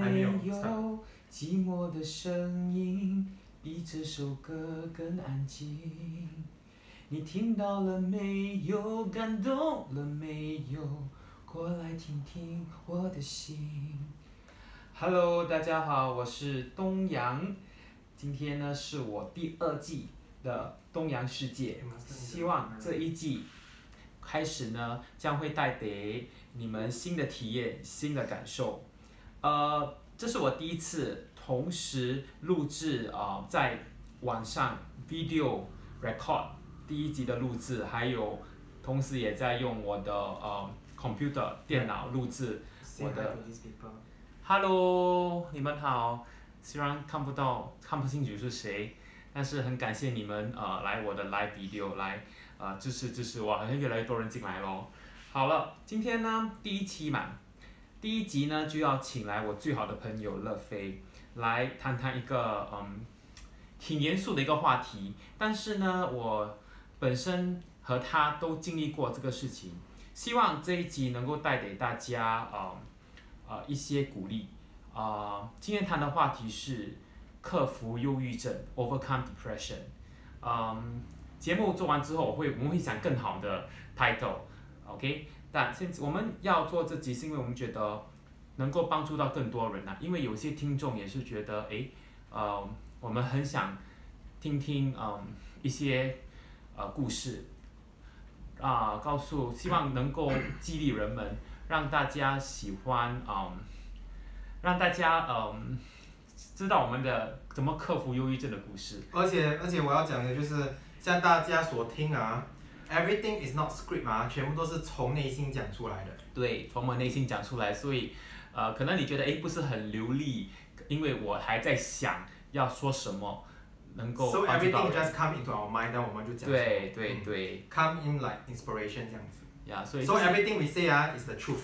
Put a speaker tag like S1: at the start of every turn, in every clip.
S1: 还没有
S2: 寂寞的声音，比这首歌更安静。你听到了没有？感动了没有？过来听听我的心。Hello，大家好，我是东阳。今天呢是我第二季的东阳世界，希望这一季开始呢将会带给你们新的体验、新的感受。呃，这是我第一次同时录制啊、呃在晚上 video record 第一集的录制，还有同时也在用我的呃 computer 电脑录制
S1: Say
S2: 我
S1: hi
S2: 的
S1: to these people.
S2: Hello，你们好。虽然看不到、看不清楚是谁，但是很感谢你们呃来我的 live video 来呃支持支持我，好像越来越多人进来咯。好了，今天呢第一期嘛，第一集呢就要请来我最好的朋友乐飞来谈谈一个嗯挺严肃的一个话题，但是呢我本身和他都经历过这个事情，希望这一集能够带给大家嗯。呃一些鼓励。啊、今天谈的话题是克服忧郁症 （overcome depression）。嗯，节目做完之后，我会我们会想更好的 title，OK？、但现我们要做这集，是因为我们觉得能够帮助到更多人呐、啊因为有些听众也是觉得，诶，呃，我们很想听听嗯一些呃故事啊、告诉希望能够激励人们。让大家喜欢，嗯，让大家嗯知道我们的怎么克服忧郁症的故事。
S1: 而且而且我要讲的就是，像大家所听啊，everything is not script 啊，全部都是从内心讲出来的。
S2: 对，从我内心讲出来，所以呃，可能你觉得诶不是很流利，因为我还在想要说什么能够
S1: So
S2: 帮助到
S1: everything
S2: 人。
S1: just come into our mind，然后我们就讲。
S2: 对对对，
S1: Come in like inspiration 这样子。啊
S2: 呀、所以
S1: 嗯 So everything we say 啊，is the truth。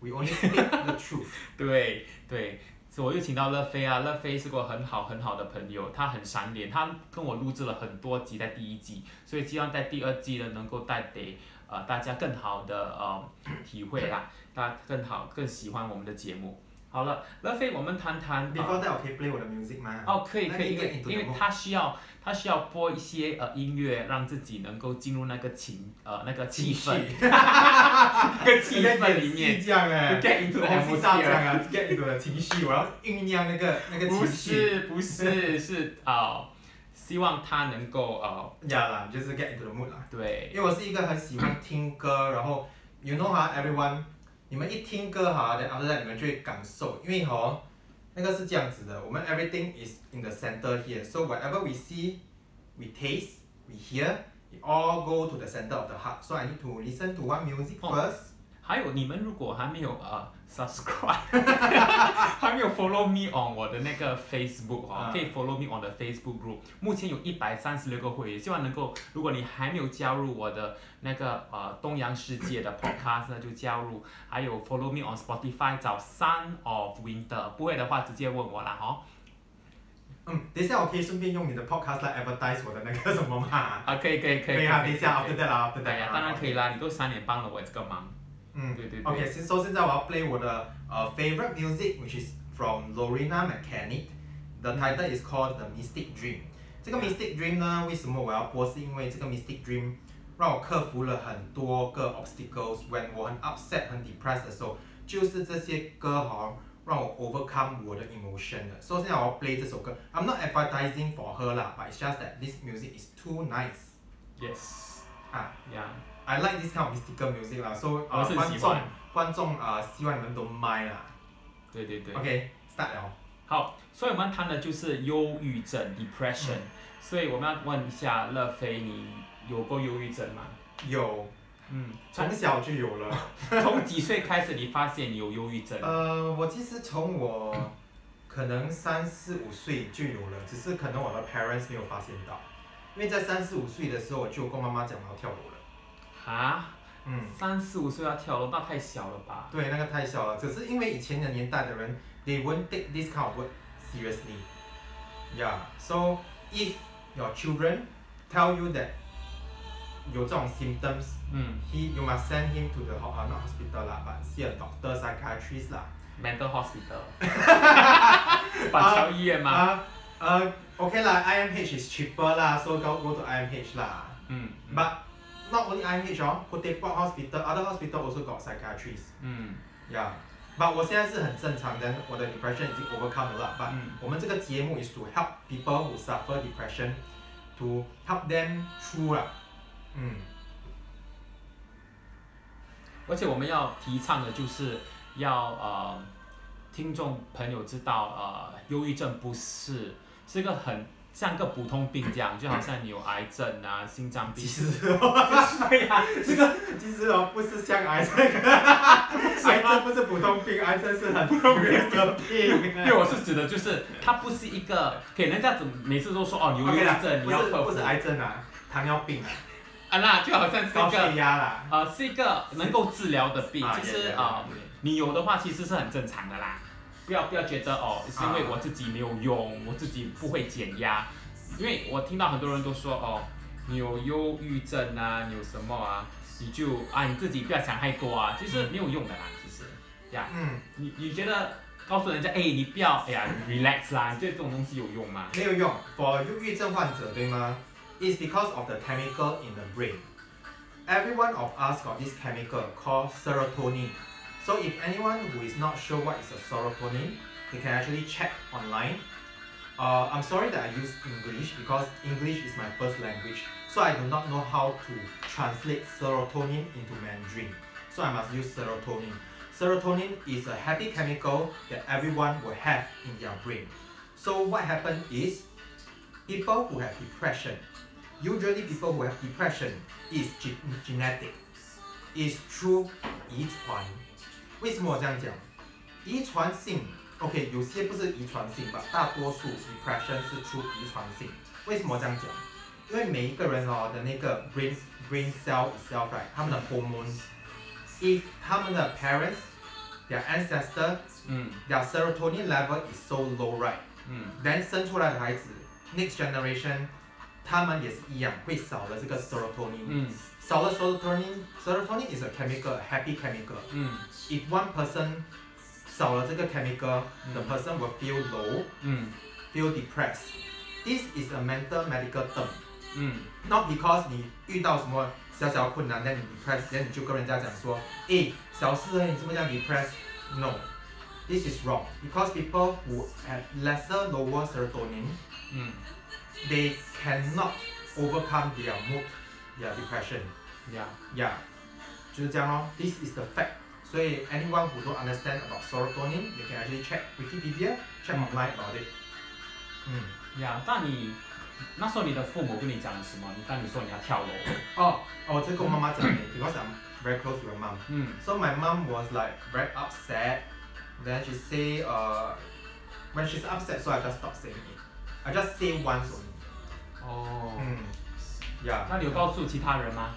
S1: We only speak the truth。
S2: 对对，所以我又请到乐飞啊，乐飞是个很好很好的朋友，他很闪脸，他跟我录制了很多集，在第一季，所以希望在第二季呢能够带给呃大家更好的呃体会啦，大家更好更喜欢我们的节目。好了，乐飞，我们谈谈。呃
S1: Before that，我可以 play 我的 music 吗？
S2: 哦，可以
S1: 那
S2: 可以，
S1: 你
S2: 因
S1: get
S2: 为
S1: into the
S2: 因为
S1: mode
S2: 他需要他需要播一些呃音乐，让自己能够进入那个情呃那个气氛， 那个气氛里面。
S1: 这 样哎
S2: To get into the
S1: 我是大
S2: atmosphere
S1: 将啊，to get into 的情绪，我要酝酿那个那个
S2: 不
S1: 情绪。
S2: 是不是是啊、呃希望他能够呃，
S1: 呀啦，就是 get into the mood 啦。
S2: 对，
S1: 因为我是一个很喜欢听歌，然后 you know 哈，everyone，你们一听歌哈，then after that 你们就会感受，因为哈，那个是这样子的，我们 everything is in the center here，so whatever we see，we taste，we hear，it all go to the center of the heart，so I need to listen to one music
S2: 哦
S1: first。
S2: 还有你们如果还没有呃 subscribe，还没有 follow me on 我的那个 Facebook 哦
S1: 啊，
S2: 可以 follow me on 的 Facebook group，目前有一百三十六个会员，希望能够，如果你还没有加入我的那个呃东洋世界的 podcast 呢，就加入，还有 follow me on Spotify 找 Sun of Winter，不会的话直接问我啦哦，
S1: 嗯，等一下我可以顺便用你的 podcast 来 advertise 我的那个什么嘛？
S2: 啊可以可以可以，
S1: 可以啊，等一下
S2: 可以
S1: after that 啦，after
S2: 对
S1: that
S2: 呀
S1: 啦，
S2: 当然可以
S1: OK。
S2: 啦，你都三年帮了我这个忙。
S1: 啊嗯，
S2: 对对对
S1: OK，先说现在我要 play 我的呃 favorite music which is from Lorena Mechanic。The title is called The Mystic Dream。这个 Mystic Dream 呢，为什么我要播？是因为这个 Mystic Dream 让我克服了很多个 obstacles。When 我很 upset、很 depressed 的时候，就是这些歌哈、让我 overcome 我的 emotion 的。所以现在我要 play 这首歌。I'm not advertising for her 啦，but it's just that this music is too nice。
S2: Yes，
S1: 啊
S2: 呀、
S1: I like this kind of mystical music 啦，所以
S2: 我
S1: 呃
S2: 是
S1: 观
S2: 喜
S1: 众
S2: 欢
S1: 观众啊、呃希望你们都买啦。
S2: 对对对
S1: OK start 了。
S2: 好，所以我们谈的就是忧郁症 （depression），、所
S1: 嗯
S2: 以我们要问一下乐飞，你有过忧郁症吗？
S1: 有，
S2: 嗯，从
S1: 从小就有了。
S2: 从几岁开始你发现你有忧郁症？
S1: 呃，我其实从我可能三四五岁就有了，只是可能我的 parents 没有发现到，因为在三四五岁的时候我就跟妈妈讲我要跳楼了。
S2: 哈，
S1: 嗯，
S2: 三四五岁要跳楼，那太小了吧？
S1: 对，那个太小了。只是因为以前的年代的人，they won't take this kind of word seriously. Yeah. So if your children tell you that 有这种 symptoms，
S2: 嗯
S1: he you must send him to the ho- uh, not hospital lah, but see a doctor psychiatrist lah.
S2: mental hospital，板桥医院吗？
S1: Uh, uh, okay lah, IMH is cheaper lah, so go, go to IMH lah.
S2: 嗯
S1: But not only IMH oh, Khoo Port Hospital, other hospital also got psychiatrists.
S2: 嗯
S1: Yeah. But 我现在是很正常 then 我的 depression 已经 overcome 了啦 But
S2: 嗯
S1: 我们这个节目 is to help people who suffer depression to help them through 啦。嗯，
S2: 而且我们要提倡的就是要呃，听众朋友知道呃，忧郁症不是是一个很像个普通病这样，就好像你有癌症啊、心脏病
S1: 其，实哦，
S2: 对啊呀、
S1: 其实其实哦，不是像癌症， 癌症不是普通病，癌症是很 serious 的病。
S2: 因 为我是指的就是它不是一个给人家怎么每次都说哦，你有
S1: OK
S2: 忧
S1: 啦
S2: 郁，症，
S1: 不
S2: 你要
S1: 是
S2: 克
S1: 不
S2: 服
S1: 是癌症啊，糖尿病 啊，
S2: 啊，那就好像是
S1: 高
S2: 一
S1: 血
S2: 个
S1: 压啦。
S2: 呃是一个能够治疗的病，
S1: 啊
S2: 其
S1: 也
S2: 实
S1: 也
S2: 啊、
S1: 也
S2: 你有的话其实是很正常的啦，不要不要觉得哦，是因为我自己没有用，我自己不会减压，因为我听到很多人都说哦，你有忧郁症啊，你有什么啊，你就啊你自己不要想太多啊，其实没有用的啦，其实呀，
S1: 嗯，
S2: 你你觉得告诉人家哎你不要哎呀 relax 啦，你觉得这种东西有用吗？
S1: 没有用。For 忧郁症患者，对吗？It's because of the chemical in the brain. Every one of us got this chemical called serotonin. So if anyone who is not sure what is a serotonin, they can actually check online. Uh, I'm sorry that I use English because English is my first language, so I do not know how to translate serotonin into Mandarin. So I must use serotonin. Serotonin is a happy chemical that everyone will have in their brain. So what happened is people who have depression, usually people who have depression is ge- genetic, is through 遗传。为什么我这样讲？遗传性，OK，有些不是遗传性吧，大多数 depression 是出遗传性。为什么这样讲？因为每一个人哦的那个 brain brain cell itself right，他们的 hormones，if 他们的 parents、their ancestor、
S2: 嗯
S1: their serotonin level is so low right。
S2: 嗯
S1: then 生出来的孩子，next generation，他们也是一样会少了这个 serotonin，、
S2: 嗯
S1: 少了 serotonin，serotonin is a chemical，a happy chemical。
S2: 嗯
S1: If one person 少了这个 chemical，the、
S2: 嗯
S1: person will feel low，feel
S2: 嗯
S1: depressed。This is a mental medical term，not
S2: 嗯
S1: because 你遇到什么小小困难，那你 depressed，那你就跟人家讲说，诶，小事而已，你怎么样 depressed？No。This is wrong because people who have lesser lower serotonin
S2: 嗯
S1: they cannot overcome their mood, their depression.
S2: ，Yeah。
S1: Yeah，就是这样咯。This is the fact. 所以 anyone who don't understand about serotonin, they can actually check Wikipedia, check online about it. 嗯，
S2: 呀，那你那时候你的父母跟你讲了什么？你当你说你要跳楼，
S1: 哦，哦，这个我妈妈讲的，because I'm very close to my mom.
S2: 嗯
S1: So my mom was like very upset. Then she say, uh, when she's upset, so I just stop saying it. I just say once only.
S2: 哦，
S1: 嗯，Yeah.
S2: 那你有告诉其他人吗？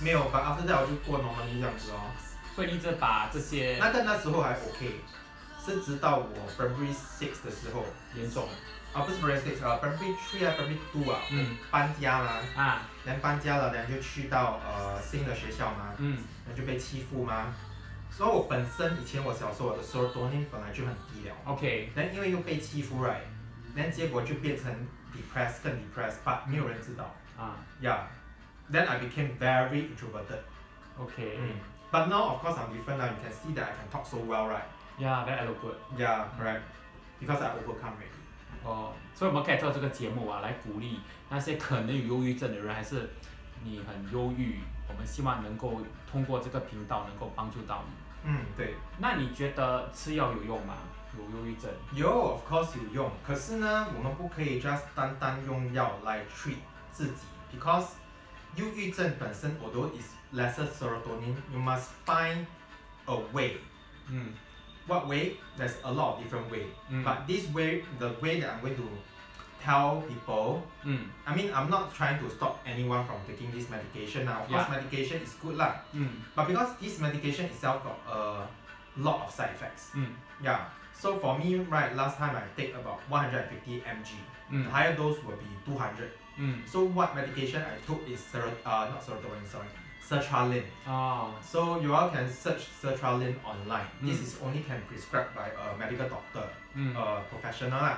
S1: 没有吧？After that 我就过农民这样子哦。
S2: 所以你一直把这些
S1: 那但那时候还 OK，是直到我 primary six 的时候，
S2: 严重，
S1: 啊不是 primary six 啊 primary three 啊 primary two 啊，
S2: 嗯
S1: 搬家嘛，
S2: 啊，
S1: 然后搬家了，然后就去到呃新的学校嘛，
S2: 嗯
S1: 然后就被欺负嘛。所以我本身以前我小时候我的 serotonin 本来就很低了，
S2: ，OK，
S1: 然后因为又被欺负 right，然后结果就变成 depressed 更 depressed，but 没有人知道
S2: 啊
S1: ，yeah，then I became very introverted，
S2: ，OK，
S1: 嗯，but now of course I'm different now，you can see that I can talk so well right。
S2: 呀，very good，
S1: Yeah, correct. Because I overcome already.
S2: 哦，所以我们可以做这个节目啊，来鼓励那些可能有忧郁症的人，还是你很忧郁，我们希望能够通过这个频道能够帮助到你。
S1: 嗯，对，
S2: 那你觉得吃药有用吗？有忧郁症？
S1: 有 of course 有用，可是呢，我们不可以 just 单单用药来 treat 自己，because 忧郁症本身 although is lesser serotonin, you must find a way.
S2: 嗯
S1: What way? There's a lot of different way.
S2: 嗯
S1: But this way, the way that I'm going to tell people
S2: 嗯
S1: I mean, I'm not trying to stop anyone from taking this medication. Now, of course, medication is good lah.
S2: 嗯
S1: But because this medication itself got a lot of side effects.
S2: 嗯
S1: Yeah. So for me, right, last time I take about 150 mg. The
S2: 嗯
S1: higher dose will be 200.
S2: 嗯
S1: So what medication I took is sero- uh, not serotonin, sorry, Sertraline.
S2: 哦
S1: So you all can search sertraline online. This
S2: Mm.
S1: is only can prescribed by a medical doctor,
S2: 嗯
S1: a professional lah.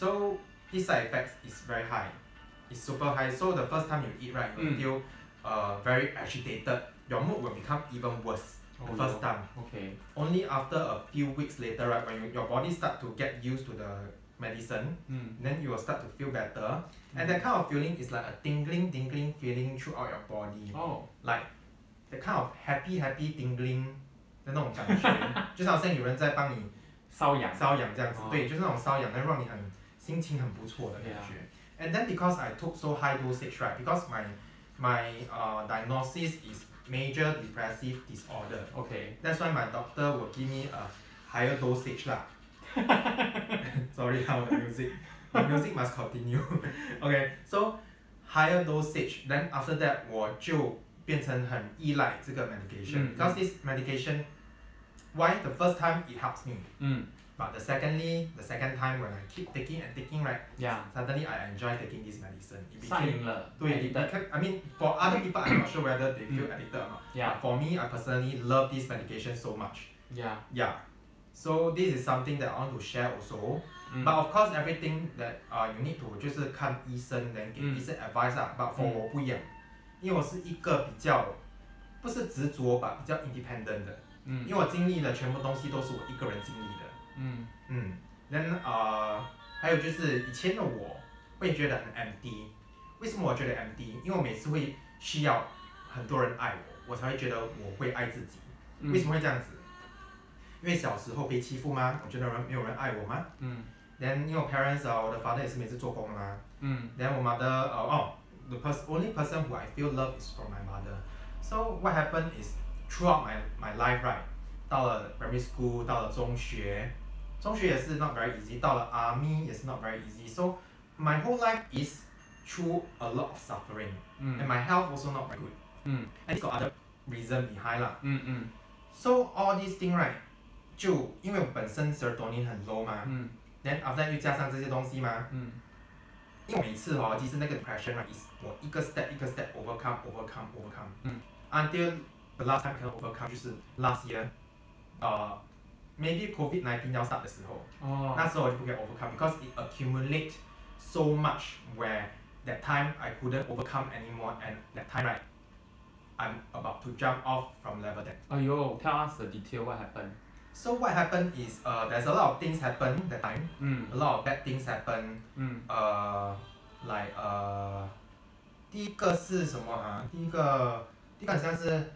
S1: So its side effects is very high. It's super high. So the first time you eat right, you will
S2: Mm.
S1: feel uh, very agitated. Your mood will become even worse the first time.
S2: OK，
S1: Only after a few weeks later, right, when you, your body start to get used to the medicine,
S2: 嗯
S1: then you will start to feel better.
S2: Mm.
S1: And that kind of feeling is like a tingling, tingling feeling throughout your body.
S2: 哦
S1: like that kind of happy happy tingling 的那种感觉，就是好像有人在帮你
S2: 瘙痒
S1: 瘙痒这样子
S2: 哦
S1: 对，就是那种瘙痒，能让你很心情很不错的感觉。And then because I took so high dosage, right? Because my my uh diagnosis is major depressive disorder.
S2: OK，
S1: That's why my doctor will give me a higher dosage lah. Sorry, how the music. The music must continue. okay, so higher dosage. Then after that, 我就变成很依赖这个 medication
S2: 嗯，嗯。
S1: because this medication. Why the first time it helps me,
S2: 嗯
S1: but the secondly, the second time when I keep taking and taking, right,
S2: 呀，
S1: suddenly I enjoy taking this medicine. It
S2: 上
S1: became
S2: 瘾了，
S1: 对 it
S2: addicted，Mm.
S1: became, I mean, for other people, I'm not sure whether they feel addicted or not.
S2: Yeah.
S1: But for me, I personally love this medication so much.
S2: 呀，
S1: Yeah. So this is something that I want to share also.
S2: 嗯
S1: But of course, everything that uh, you need to 就是看医生 then 给
S2: 嗯
S1: 医生 advice 啊。But for
S2: 嗯
S1: 我不一样，因为我是一个比较不是执着吧，比较 independent 的，
S2: 嗯
S1: 因为我经历的全部东西都是我一个人经历的。
S2: 嗯
S1: 嗯，then 呃，还有就是以前的我会觉得很 empty。为什么我觉得 empty？因为我每次会需要很多人爱我，我才会觉得我会爱自己。为什
S2: 嗯
S1: 么会这样子？因为小时候被欺负吗？我觉得人没有人爱我吗
S2: 嗯
S1: ？Then 因为我 parents 啊，我的 father 也是每次做工啦。
S2: 嗯
S1: Then 我 mother 呃哦，the person only person who I feel love is from my mother. So what happened is throughout my my life right，到了 primary school，到了中学，中学也是 not very easy，到了 army 也是 not very easy. So my whole life is through a lot of suffering and
S2: 嗯
S1: my health also not very good.
S2: 嗯
S1: And it's got other reason behind 啦。
S2: 嗯嗯
S1: So all these thing right，就因为我本身 serotonin 很 low 嘛、
S2: 嗯
S1: t h e n after that 又加上这些东西嘛，
S2: 嗯
S1: 因为每次哦，其实那个 depression right is 我一个 step 一个 step overcome overcome overcome，
S2: 嗯
S1: ，until the last time I can overcome 就是 last year，呃、m a y b e COVID 1 9要 start 的时候，那
S2: 哦，
S1: 时候我就不可以 overcome because it accumulate so much where that time I couldn't overcome anymore and that time right I'm about to jump off from level 10.
S2: 哎呦，tell us the detail what happened。
S1: So what happened is uh, there's a lot of things happen that time.
S2: 嗯
S1: A lot of bad things happen.
S2: 嗯
S1: Uh, like uh, 第一个是什么啊？第一个，第一个好像是我在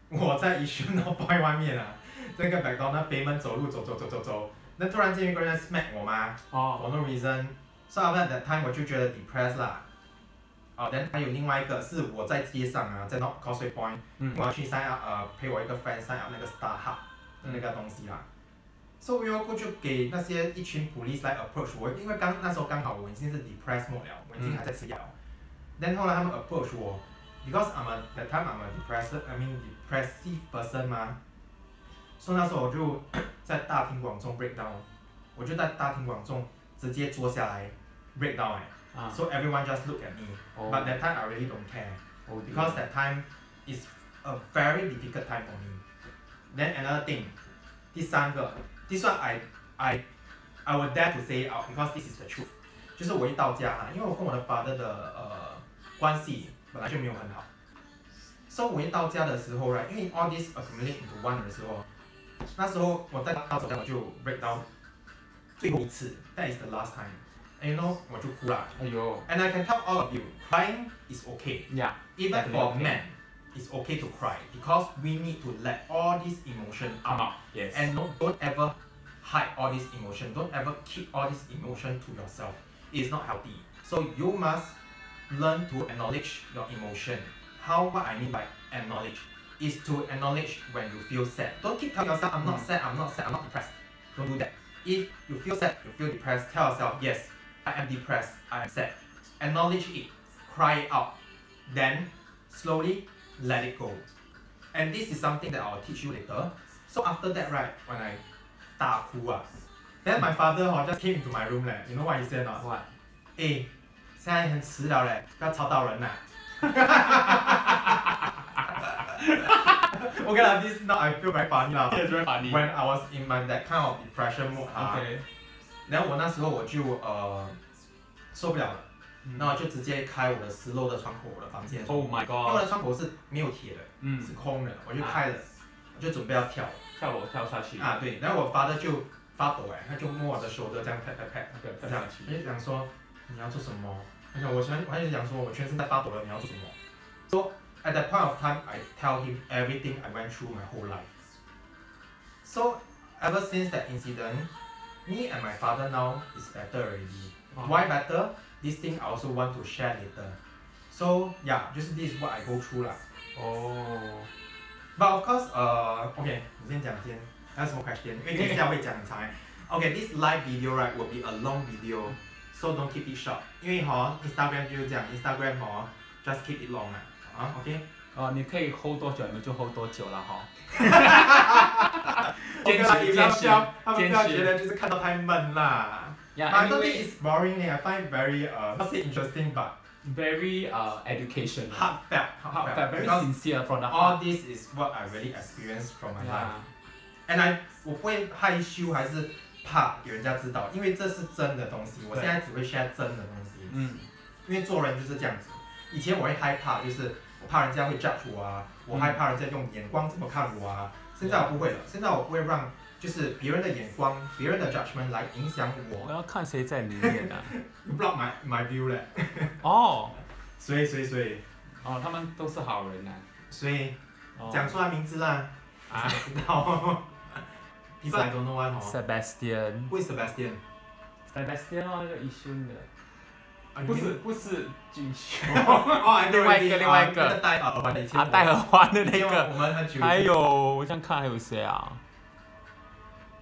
S1: Yishun Point 外面啊，那个 McDonald payment 走路走走走走走，那突然间有个人 smack 我吗？
S2: 哦
S1: For no reason. So after that, that time 我就觉得 depressed 啦。哦、t h e n 还有另外一个是我在街上啊，在 North Causeway Point，、
S2: 嗯
S1: 我要去 sign up 呃陪我一个 friend sign up 那个 Star Hub
S2: 嗯
S1: 的那个东西啦。So y o k o 就给那些一群 police 来 approach 我，因为刚那时候刚好我已经是 depressed 末了，我已经
S2: 嗯
S1: 还在吃药。Then 后来他们 approach 我，because I'm a that time I'm a depressed I mean depressive person 嘛。So 那时候我就 在大庭广众 break down，我就在大庭广众直接坐下来 break down 哎、
S2: 啊
S1: So everyone just look at me. But
S2: 哦
S1: that time I really don't care
S2: 哦
S1: because that time is a very difficult time for me. Then another thing, 第三个 this one I I I will dare to say it out because this is the truth. 就是我一到家啊，因为我跟我的 father 的呃关系本来就没有很好。So 我一到家的时候 right，因为 all this accumulate into one 的时候，那时候我在到家我就 break down 最后一次 that is the last time. And you know 我就哭了。
S2: 哎呦
S1: And I can tell all of you, crying is okay.
S2: 呀
S1: Even
S2: Definitely
S1: for
S2: okay.
S1: men, it's okay to cry because we need to let all these emotion out.
S2: 啊 yes
S1: And don't, don't ever hide all this emotion. Don't ever keep all this emotion to yourself. It is not healthy. So you must learn to acknowledge your emotion. How what I mean by acknowledge is to acknowledge when you feel sad. Don't keep telling yourself I'm not sad, I'm not sad, I'm not depressed. Don't do that. If you feel sad, you feel depressed, tell yourself, yes, I am depressed, I am sad. Acknowledge it, cry it out, then slowly let it go. And this is something that I'll teach you later. So after that, right, when I 大哭 ah, then my father hor just came into my room leh. You know what he said or not?
S2: what
S1: 哎，现在很迟了嘞，不要吵到人啦。 okay lah, this now I feel very funny lah.
S2: It's very funny.
S1: When I was in my that kind of depression mode 啊
S2: OK，
S1: 然后我那时候我就呃受不了了，
S2: 嗯
S1: 那我就直接开我的十楼的窗口，我的房间的窗口
S2: Oh my
S1: 因为我
S2: god！
S1: 的窗口是没有铁的，
S2: 嗯，
S1: 是空的，我就开了，我就准备要跳
S2: 跳楼跳下去，
S1: 啊，对，然后我 father 就发抖哎，他就摸我的手都这样 pat pat pat，
S2: 那个
S1: 这
S2: 跳
S1: 样
S2: 下去，
S1: 他就讲说你要做什么？他讲我全我还是讲说我全身在发抖了，你要做什么？So at that point of time, I tell him everything I went through my whole life. So ever since that incident, me and my father now is better already. Why better? This thing I also want to share later. So yeah, just this is what I go through lah.
S2: 哦，
S1: But of course, uh, okay, 我先讲先，还有什么 question？因为等一下会讲很长欸。Okay, this live video right will be a long video, so don't keep it short. 因为哈，Instagram 就是这样，Instagram 哈，just keep it long 啊，啊，OK。
S2: 哦，你可以 hold 多久你们就 hold 多久了哈。
S1: OK
S2: 坚
S1: 啦，
S2: 持
S1: 也不要
S2: 坚
S1: 不
S2: 持
S1: 要，他们
S2: 坚
S1: 不要
S2: 持
S1: 觉得就是看到太闷啦。But
S2: ，Yeah，
S1: I don't
S2: anyway。
S1: think it's boring. eh, I find it very uh, not say interesting, but
S2: very uh education
S1: heartfelt.
S2: Heartfelt, very Oh
S1: Because
S2: sincere from the
S1: all
S2: heart
S1: this is what I really experienced from my life.
S2: yeah
S1: And I 我不会害羞，还是怕给人家知道，因为这是真的东西。我
S2: 对
S1: 现在只会 share 真的东西，
S2: 嗯
S1: 因为做人就是这样子。以前我会害怕，就是我怕人家会 judge 我啊，
S2: 嗯
S1: 我害怕人家用眼光怎么看我啊。现在我不会了，现在我不会让就是别人的眼光、别人的 judgment 来影响
S2: 我
S1: 我
S2: 要看谁在里面啊
S1: block my my view 嘞。
S2: 哦
S1: 所以所以所以
S2: 哦他们都是好人呐啊
S1: 所以
S2: 哦
S1: 讲出来名字啦，
S2: 啊
S1: 知 道。People I don't know one 哦。
S2: Sebastian
S1: Who is Sebastian？
S2: Sebastian 哦那个医生的
S1: Ah, you
S2: 不
S1: mean-
S2: 是不是俊秀
S1: 哦，
S2: 另外一个另外一个
S1: 戴耳环的以前
S2: 啊
S1: 我
S2: 戴耳环的
S1: 以
S2: 那
S1: 前
S2: 个
S1: 我们很久以
S2: 还
S1: 前，
S2: 有我想看还有谁啊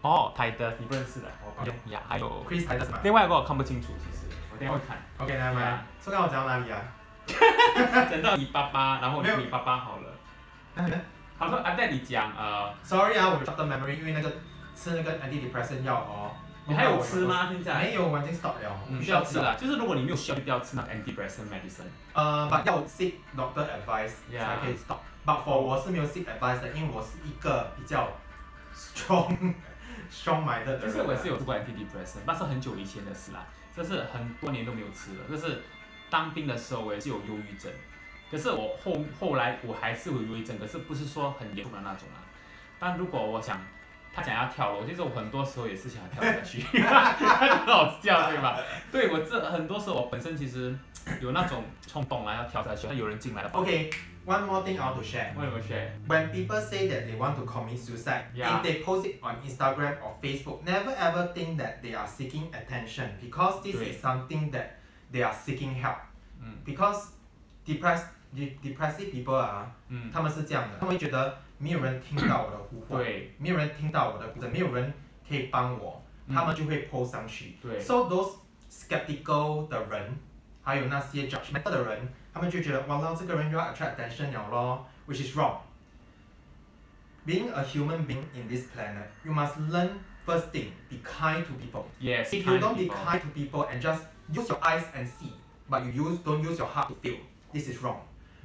S2: 哦 Titus 你不认识的
S1: 有
S2: 呀还有
S1: Chris 还是什么
S2: 另外一个我看不清楚其实我等一下会看
S1: ？OK，来来，说刚我讲到哪里啊？
S2: 等到你爸爸然后
S1: 没有
S2: 你爸爸好了
S1: 那个
S2: 他说啊带你讲呃
S1: Sorry 啊，我有 short term memory，因为那个吃那个 antidepressant 药哦。
S2: 你还有吃？吗？现在？
S1: 没有，我已经 stop 了，我
S2: 嗯，
S1: 不
S2: 需
S1: 需
S2: 要
S1: 要
S2: 吃
S1: 吃了。
S2: 啦。就是如果你没有需要，就不要吃那 antidepressant medicine。
S1: 呃，把要 seek doctor advice
S2: Yeah
S1: 才可以 stop。But for 我是没有 seek advice 的，因为我是一个比较 strong strong minded 的人。
S2: 其实我也是有吃过 antidepressant，但是很久以前的事啦，这是很多年都没有吃了。这是当兵的时候，我也是有忧郁症，可是我后后来我还是有忧郁症，可是不是说很严重的那种啊。但如果我想他想要跳楼，其实我很多时候也是想要跳下去，很好笑对吧？对我这很多时候我本身其实有那种冲动啦，要跳下去，但有人进来了，
S1: OK。One more thing I want to share.
S2: 为什么学？
S1: When people say that they want to commit suicide,
S2: Yeah.
S1: if they post it on Instagram or Facebook, never ever think that they are seeking attention because this
S2: Great.
S1: is something that they are seeking help.
S2: Mm.
S1: Because depressed, de- depressive people 啊，
S2: 嗯，
S1: 他们是这样的，他们会觉得没有人听到我的呼唤，
S2: Mm. 对
S1: 没有人听到我的呼声，没有人可以帮我，
S2: 嗯
S1: 他们就会 post 上去。
S2: 对。
S1: So those skeptical 的人，还有那些 judgmental 的人，他们就觉得哇啦，这个人又要 attract attention 了咯，which is wrong. Being a human being in this planet, you must learn first thing, be kind to people.
S2: Yes,
S1: If you don't be
S2: people.
S1: kind to people and just use your eyes and see, but you use don't use your heart to feel, this is wrong.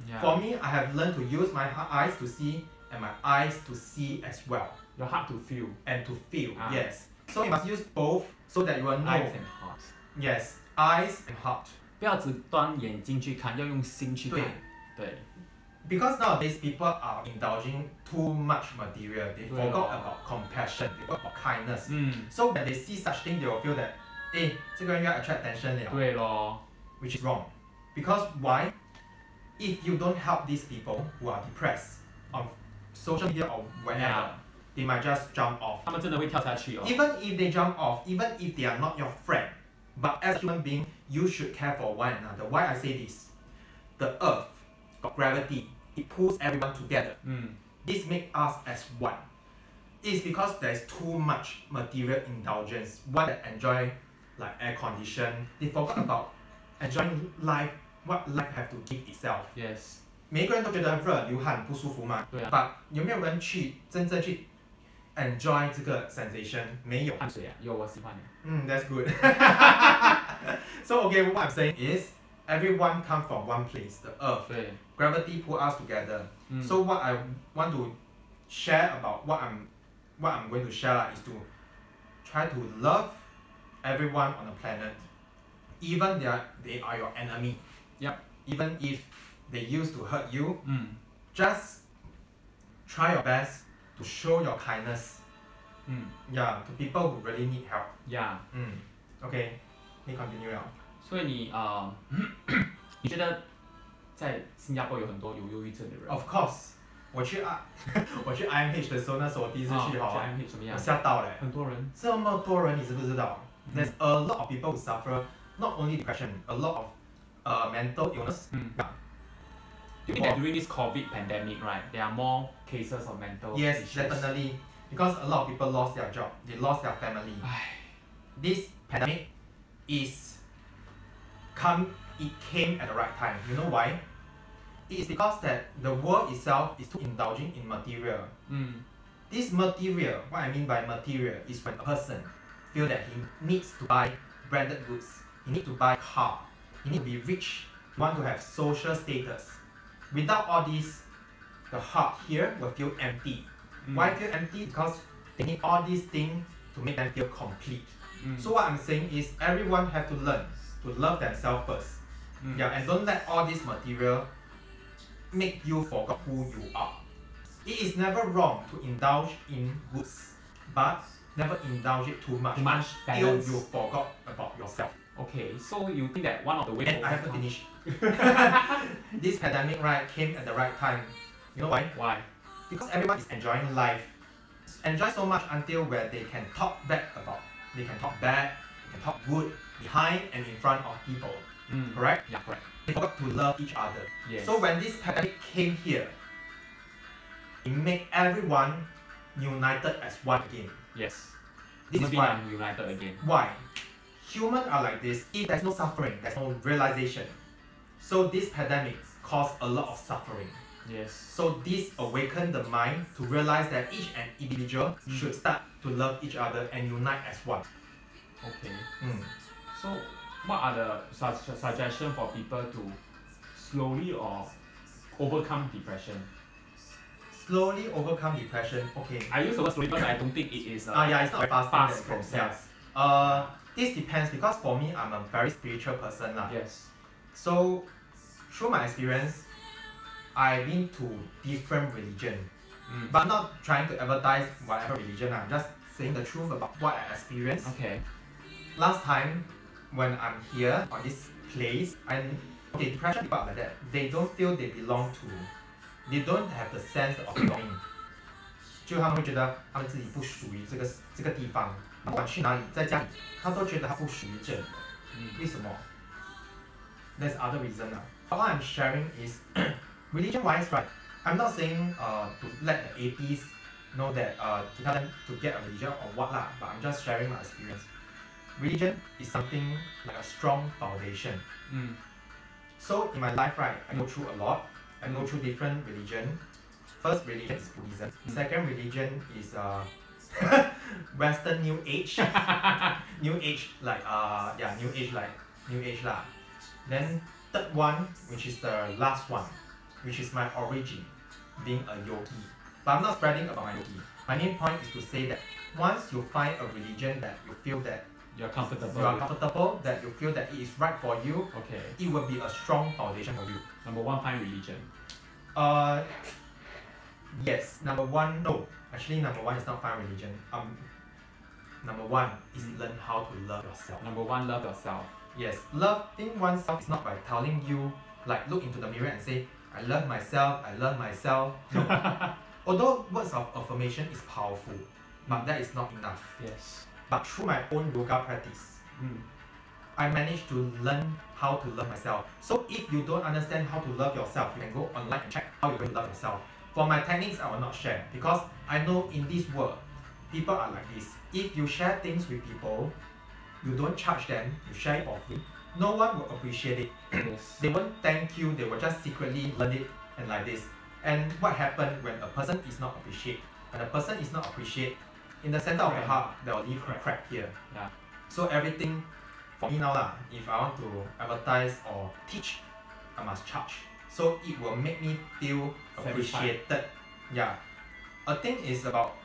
S2: Yeah.
S1: For me, I have learned to use my heart- eyes to see and my eyes to see as well
S2: your heart to feel
S1: and to feel.
S2: Ah.
S1: Yes. So you must use both so that you will know.
S2: eyes and heart，
S1: Yes, eyes and heart.
S2: 不要只端眼睛去看，要用心去看
S1: 对。
S2: 对
S1: Because nowadays people are indulging too much material. They
S2: 对咯。
S1: forgot about compassion. They forgot about kindness.
S2: 嗯，
S1: So when they see such thing, they will feel that, eh, 这个人要 attract attention 了
S2: 对咯，
S1: which is wrong. Because why? If you don't help these people who are depressed on social media or wherever,
S2: Yeah.
S1: they might just jump off.
S2: 他们真的会跳下去哦。
S1: Even if they jump off, even if they are not your friend, but as a human being, you should care for one another. Why I say this? The earth got gravity, it pulls everyone together.
S2: 嗯
S1: This makes us as one. It's because there's too much material indulgence. One that enjoy like air condition, they forgot about enjoying life, what life have to give itself.
S2: ，yes，
S1: 每一个人都觉得热、流汗、不舒服嘛。
S2: 对啊。
S1: But 有没有人去真正去 enjoy 这个 sensation？没有。
S2: 汗水啊，有我喜欢的。
S1: Mm, that's good. so okay, what I'm saying is everyone come from one place, the Earth.
S2: 对，
S1: Gravity pull us together.
S2: 嗯
S1: So what I want to share about what I'm what I'm going to share lah is to try to love everyone on the planet, even they are, they are your enemy.
S2: Yup.
S1: Even if they used to hurt you,
S2: 嗯
S1: just try your best to show your kindness.
S2: 嗯
S1: Yeah, to people who really need help.
S2: 呀
S1: Mm. Okay, we continue now.
S2: 所以你啊、 你觉得在新加坡有很多有忧郁症的人？哦
S1: Of course，我去 I 我去 IMH 的时候，那时候我第一次去
S2: 啊
S1: 哈，
S2: 这样会怎么
S1: 我
S2: 样？
S1: 吓到嘞、
S2: 很多人，
S1: 这么多人，你知不知道？There's
S2: 嗯
S1: a lot of people who suffer not only depression, a lot of uh mental illness.
S2: 嗯
S1: Yeah.。
S2: Do you think that during this COVID pandemic, right, there are more cases of mental
S1: Yes,
S2: issues?
S1: definitely, because a lot of people lost their job, they lost their family.
S2: 唉
S1: This pandemic is come. It came at the right time. You know why? It is because that the world itself is too indulging in material.
S2: 嗯
S1: This material, what I mean by material, is when a person feel that he needs to buy branded goods, he need to buy car, he need to be rich, he want to have social status. Without all this, the heart here will feel empty. Why feel empty? Because they need all these things to make them feel complete.
S2: 嗯
S1: So what I'm saying is everyone have to learn to love themselves first.
S2: 嗯
S1: Mm-hmm. Yeah, and don't let all this material make you forget who you are. It is never wrong to indulge in goods, but never indulge it too much
S2: Too much
S1: till
S2: balance.
S1: you forgot about yourself.
S2: Okay, so you think that one of the ways
S1: And I haven't finished. this pandemic right came at the right time. You know why?
S2: Why?
S1: Because everyone is enjoying life. Enjoy so much until where they can talk back about. They can talk bad, they can talk good, behind and in front of people.
S2: 嗯
S1: Correct?
S2: Yeah, correct.
S1: They forgot to love each other.
S2: Yes.
S1: So when this pandemic came here, it made everyone united as one again.
S2: yes.
S1: This is
S2: Maybe
S1: why.
S2: I'm united again.
S1: Why? Humans are like this. If there's no suffering, there's no realization. So this pandemic caused a lot of suffering.
S2: Yes.
S1: So this awakened the mind to realize that each and individual
S2: Mm.
S1: should start to love each other and unite as one.
S2: Okay.
S1: Mm.
S2: So what are the su- suggestion for people to slowly or overcome depression?
S1: Slowly overcome depression. Okay.
S2: I use the word slowly because I don't think it is a
S1: Ah yeah, it's not a
S2: fast
S1: fast, thing that can-
S2: process.
S1: yeah. Uh, this depends because for me, I'm a very spiritual person lah.
S2: Yes.
S1: So, through my experience, I've been to different religion,
S2: Mm.
S1: but I'm not trying to advertise whatever religion. I'm just saying the truth about what I experienced.
S2: Okay.
S1: Last time, when I'm here on this place, and okay, depression people are like that. They don't feel they belong to. They don't have the sense of belonging. 就他们会觉得他们自己不属于这个这个地方，不管去哪里，在家里，他都觉得他不属于这里。
S2: Mm.
S1: 为什么？There's other reason lah. All I'm sharing is religion wise, right? I'm not saying uh to let the atheists know that uh to tell them to get a religion or what lah, but I'm just sharing my experience. Religion is something like a strong foundation.
S2: Mm.
S1: So in my life, right, I go through a lot. I go through different religion. First religion is Buddhism. Second religion is uh Western New Age. new Age like uh yeah New Age like New Age lah. Then third one, which is the last one, which is my origin, being a yogi. But I'm not spreading about my yogi. My main point is to say that once you find a religion that you feel that
S2: You're comfortable.
S1: you are
S2: with-
S1: comfortable, that you feel that it is right for you,
S2: Okay.
S1: it will be a strong foundation for you.
S2: Number one, find religion.
S1: Uh, yes, number one, no. Actually, number one is not find religion. Um, number one is learn how to love yourself.
S2: Number one, love yourself.
S1: Yes, loving oneself is not by telling you, like, look into the mirror and say, I love myself, I love myself. No. Although words of affirmation is powerful, but that is not enough.
S2: Yes.
S1: But through my own yoga practice,
S2: Mm.
S1: I managed to learn how to love myself. So if you don't understand how to love yourself, you can go online and check how you're going to love yourself. For my techniques, I will not share because I know in this world, people are like this. If you share things with people, you don't charge them, you share it for free, no one will appreciate it.
S2: yes.
S1: They won't thank you, they will just secretly learn it and like this. And what happened when a person is not appreciated? When a person is not appreciated, in the center of the
S2: Crack.
S1: heart, they will leave a
S2: Crack.
S1: crack here.
S2: Yeah.
S1: So everything for me now lah, if I want to advertise or teach, I must charge. So it will make me feel
S2: Satisfied.
S1: appreciated. Yeah. A thing is about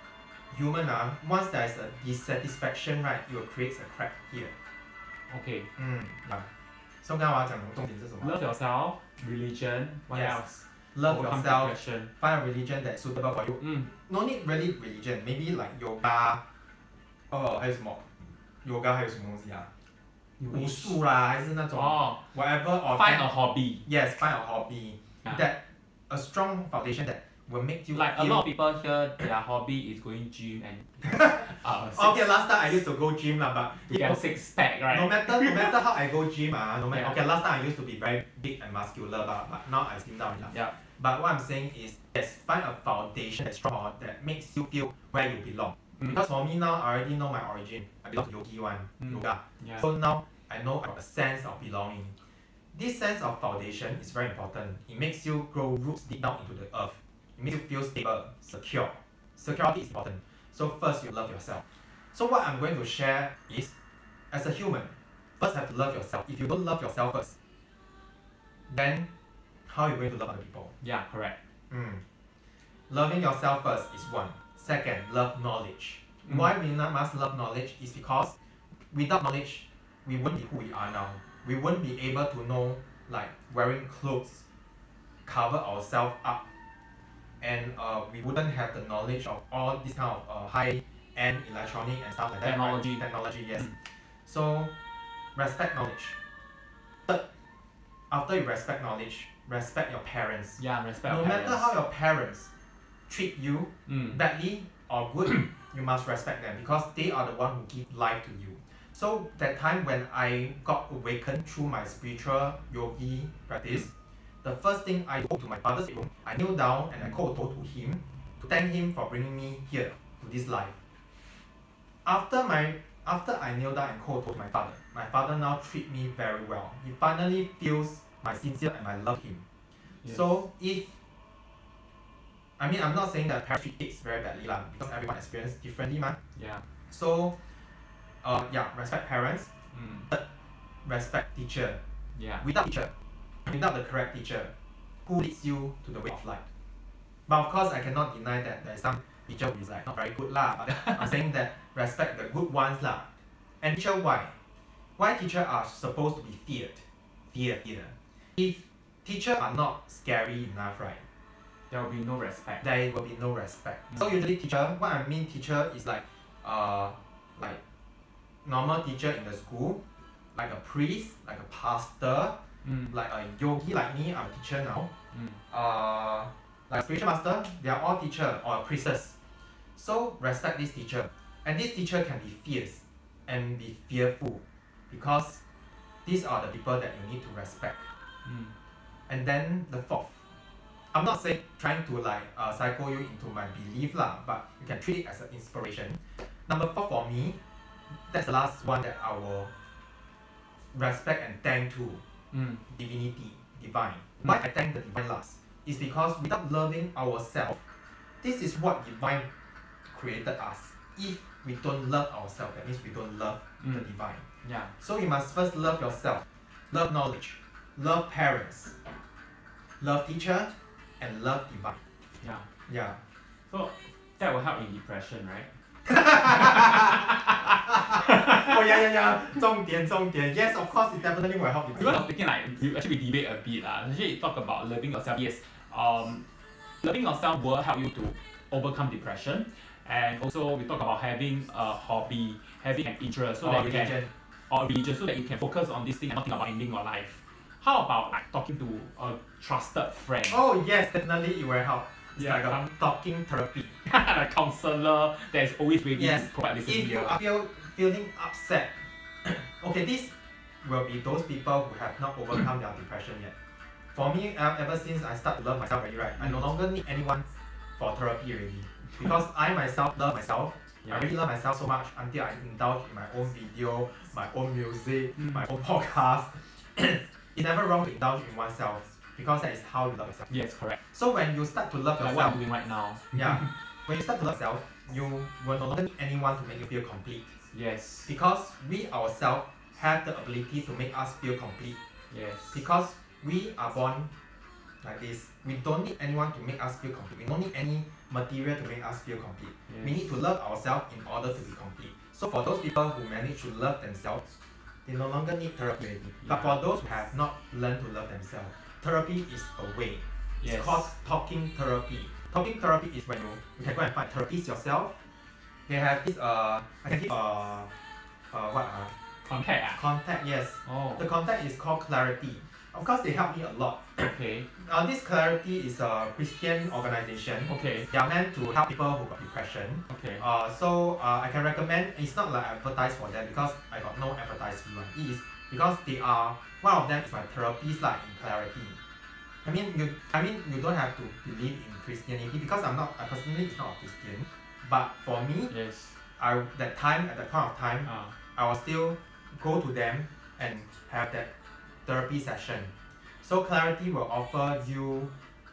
S1: human ah, once there is a dissatisfaction right, it will create a crack here.
S2: Okay.
S1: 嗯，啊，所以刚才我要讲的重点是什么
S2: Love yourself, religion, what
S1: Yes.
S2: else?
S1: ？Love
S2: Overcome
S1: yourself,
S2: depression. Mm.
S1: find a religion that's suitable for you.
S2: 嗯
S1: No need really religion, maybe like yoga. Oh, 哦，还有什么？yoga 还有什么东西啊？武术啦，还是那种
S2: 哦
S1: whatever or
S2: Ah. Oh, ，find a hobby.
S1: yes, find a hobby
S2: Yeah.
S1: that a strong foundation that will make you
S2: Like a
S1: feel-
S2: lot of people here, their hobby is going gym and uh, six,
S1: Okay, last time I used to go gym lah, but
S2: to get six pack,
S1: No
S2: right?
S1: matter no matter how I go gym ah, no matter
S2: Yeah.
S1: okay last time I used to be very big and muscular but but now I slim down enough.
S2: Yeah.
S1: But what I'm saying is yes, find a foundation that's strong that makes you feel where you belong.
S2: Mm.
S1: Because for me now I already know my origin. I belong to yogi one,
S2: Mm.
S1: yoga.
S2: Yeah.
S1: So now I know I have a sense of belonging. This sense of foundation is very important. It makes you grow roots deep down into the earth. It makes you feel stable, secure. Security is important. So first you love yourself. So what I'm going to share is as a human, first have to love yourself. If you don't love yourself first, then how are you going to love other people?
S2: Yeah, correct.
S1: Mm. Loving yourself first is one. Second, love knowledge.
S2: Mm.
S1: Why we not must love knowledge is because without knowledge, we won't be who we are now. We won't be able to know like wearing clothes, cover ourselves up, and uh, we wouldn't have the knowledge of all this kind of uh, high end electronic and stuff like that. right?
S2: Technology.
S1: Technology, yes.
S2: Mm.
S1: So respect knowledge. Third, after you respect knowledge, respect your parents
S2: Yeah, respect.
S1: no
S2: our
S1: matter
S2: parents.
S1: how your parents Hmm. treat you
S2: Mm.
S1: badly or good you must respect them because they are the one who give life to you so that time when i got awakened through my spiritual yogi practice the first thing i go to my father's room i kneel down and i kowtow to him to thank him for bringing me here to this life after my after i kneel down and kowtow to my father my father now treat me very well he finally feels my sincere and i love him
S2: Yes.
S1: so if I mean I'm not saying that parents treat kids very badly lah because everyone experiences differently mah.
S2: yeah.
S1: So uh yeah, respect parents,
S2: Mm.
S1: respect teacher.
S2: Yeah.
S1: Without teacher, without the correct teacher, who leads you to the way of life? But of course I cannot deny that there's some teacher who is like not very good lah. But then I'm saying that respect the good ones lah. And teacher why? Why teacher are supposed to be feared? Fear, fear. If teacher are not scary enough, right?
S2: There will be no respect.
S1: there will be no respect.
S2: Mm.
S1: So usually teacher, what I mean teacher is like, uh, like normal teacher in the school, like a priest, like a pastor,
S2: Mm.
S1: like a yogi like me, I'm a teacher now.
S2: Mm.
S1: Uh, like spiritual master, they are all teacher or priestess. So respect this teacher, and this teacher can be fierce and be fearful, because these are the people that you need to respect.
S2: Mm.
S1: And then the fourth, I'm not saying trying to like uh, cycle you into my belief lah, but you can treat it as an inspiration. Number four for me, that's the last one that I will respect and thank to
S2: Mm.
S1: divinity, divine. Why I thank the divine last is because without loving ourselves, this is what divine created us. If we don't love ourselves, that means we don't love the
S2: Mm.
S1: divine.
S2: Yeah.
S1: So you must first love yourself, love knowledge, love parents, love teacher, and love divine.
S2: Yeah.
S1: Yeah.
S2: So that will help in depression, right?
S1: oh yeah yeah yeah. 重点重点. Yes, of course, it definitely will help
S2: Because I was
S1: you.
S2: thinking like you actually we debate a bit lah. Actually talk about loving yourself. Yes, um, loving yourself will help you to overcome depression, and also we talk about having a hobby, having an interest, so
S1: Or
S2: that you can
S1: religion.
S2: or religion, so that you can focus on this thing and not think about ending your life. How about like talking to a trusted friend,
S1: Oh yes, definitely it will help. It's
S2: Yeah,
S1: like a
S2: um,
S1: talking therapy.
S2: a counselor that is always ready
S1: Yes.
S2: to provide listening
S1: If you
S2: ear?
S1: are feel, feeling upset, okay, this will be those people who have not overcome their depression yet. For me, uh, ever since I start to love myself already, right, I no longer need anyone for therapy already. Because I myself love myself. I
S2: Yeah.
S1: really love myself so much until I indulge in my own video, my own music,
S2: Mm.
S1: my own podcast. it's never wrong to indulge in oneself because that is how you love yourself.
S2: Yes, correct.
S1: So when you start to love
S2: Like what I'm
S1: yourself,
S2: doing right now.
S1: yeah, when you start to love yourself, you will no longer need anyone to make you feel complete
S2: Mm-hmm. Yes.
S1: because we ourselves have the ability to make us feel complete
S2: Yes.
S1: because we are born like this. We don't need anyone to make us feel complete. We don't need any material to make us feel complete. We
S2: yes.
S1: need to love ourselves in order to be complete. So for those people who manage to love themselves, they no longer need therapy. already. But for those who have not learned to love themselves, therapy is a way. It's
S2: Yes.
S1: called talking therapy. Talking therapy is when you, you can go and find therapists yourself. They have this uh I can give uh uh what uh
S2: Contact.
S1: contact yes.
S2: ah. Oh.
S1: The contact is called clarity. Of course they help me a lot.
S2: Okay.
S1: Uh, this clarity is a Christian organization.
S2: Okay.
S1: They are meant to help people who got depression.
S2: Okay.
S1: Uh, so uh, I can recommend. It's not like I advertise for them because I got no advertisement. It is because they are one of them is my therapist like in clarity. I mean you. I mean you don't have to believe in Christianity because I'm not. I personally is not a Christian. But for me,
S2: Yes.
S1: I that time at that point of time,
S2: Ah.
S1: I will still go to them and have that therapy session. So clarity will offer you.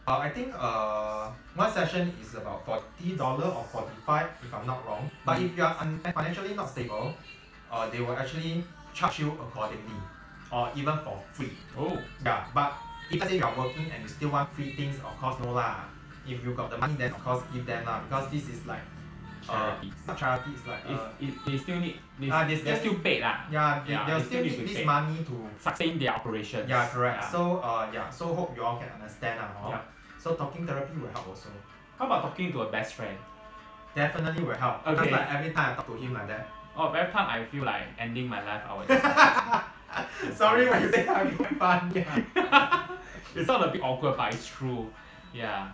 S1: Uh, I think uh, one session is about forty dollar or forty five if I'm not wrong. But if you are un- financially not stable, uh, they will actually charge you accordingly, or even for free.
S2: Oh.
S1: Yeah, but if let's say you are working and you still want free things, of course no lah. If you got the money, then of course give them lah because this is like uh,
S2: Charity.
S1: not charity. It's like
S2: If
S1: uh,
S2: if they still need they,
S1: Ah, they
S2: they're
S1: still-
S2: still paid lah.
S1: yeah, they,
S2: Yeah,
S1: they'll
S2: they
S1: still
S2: still need
S1: need
S2: to
S1: this
S2: pay.
S1: money to
S2: Sustain their operations.
S1: Yeah, correct.
S2: Ah.
S1: So, uh, yeah. So hope you all can understand, ah, hor.
S2: Yeah.
S1: So talking therapy will help also.
S2: how about talking to a best friend?
S1: Definitely will help. Because
S2: Okay.
S1: like every time I talk to him like that.
S2: Oh, every time I feel like ending my life, I would. just-
S1: Sorry when you say that, I'm quite fun. Yeah.
S2: It's not a bit awkward, but it's true. Yeah.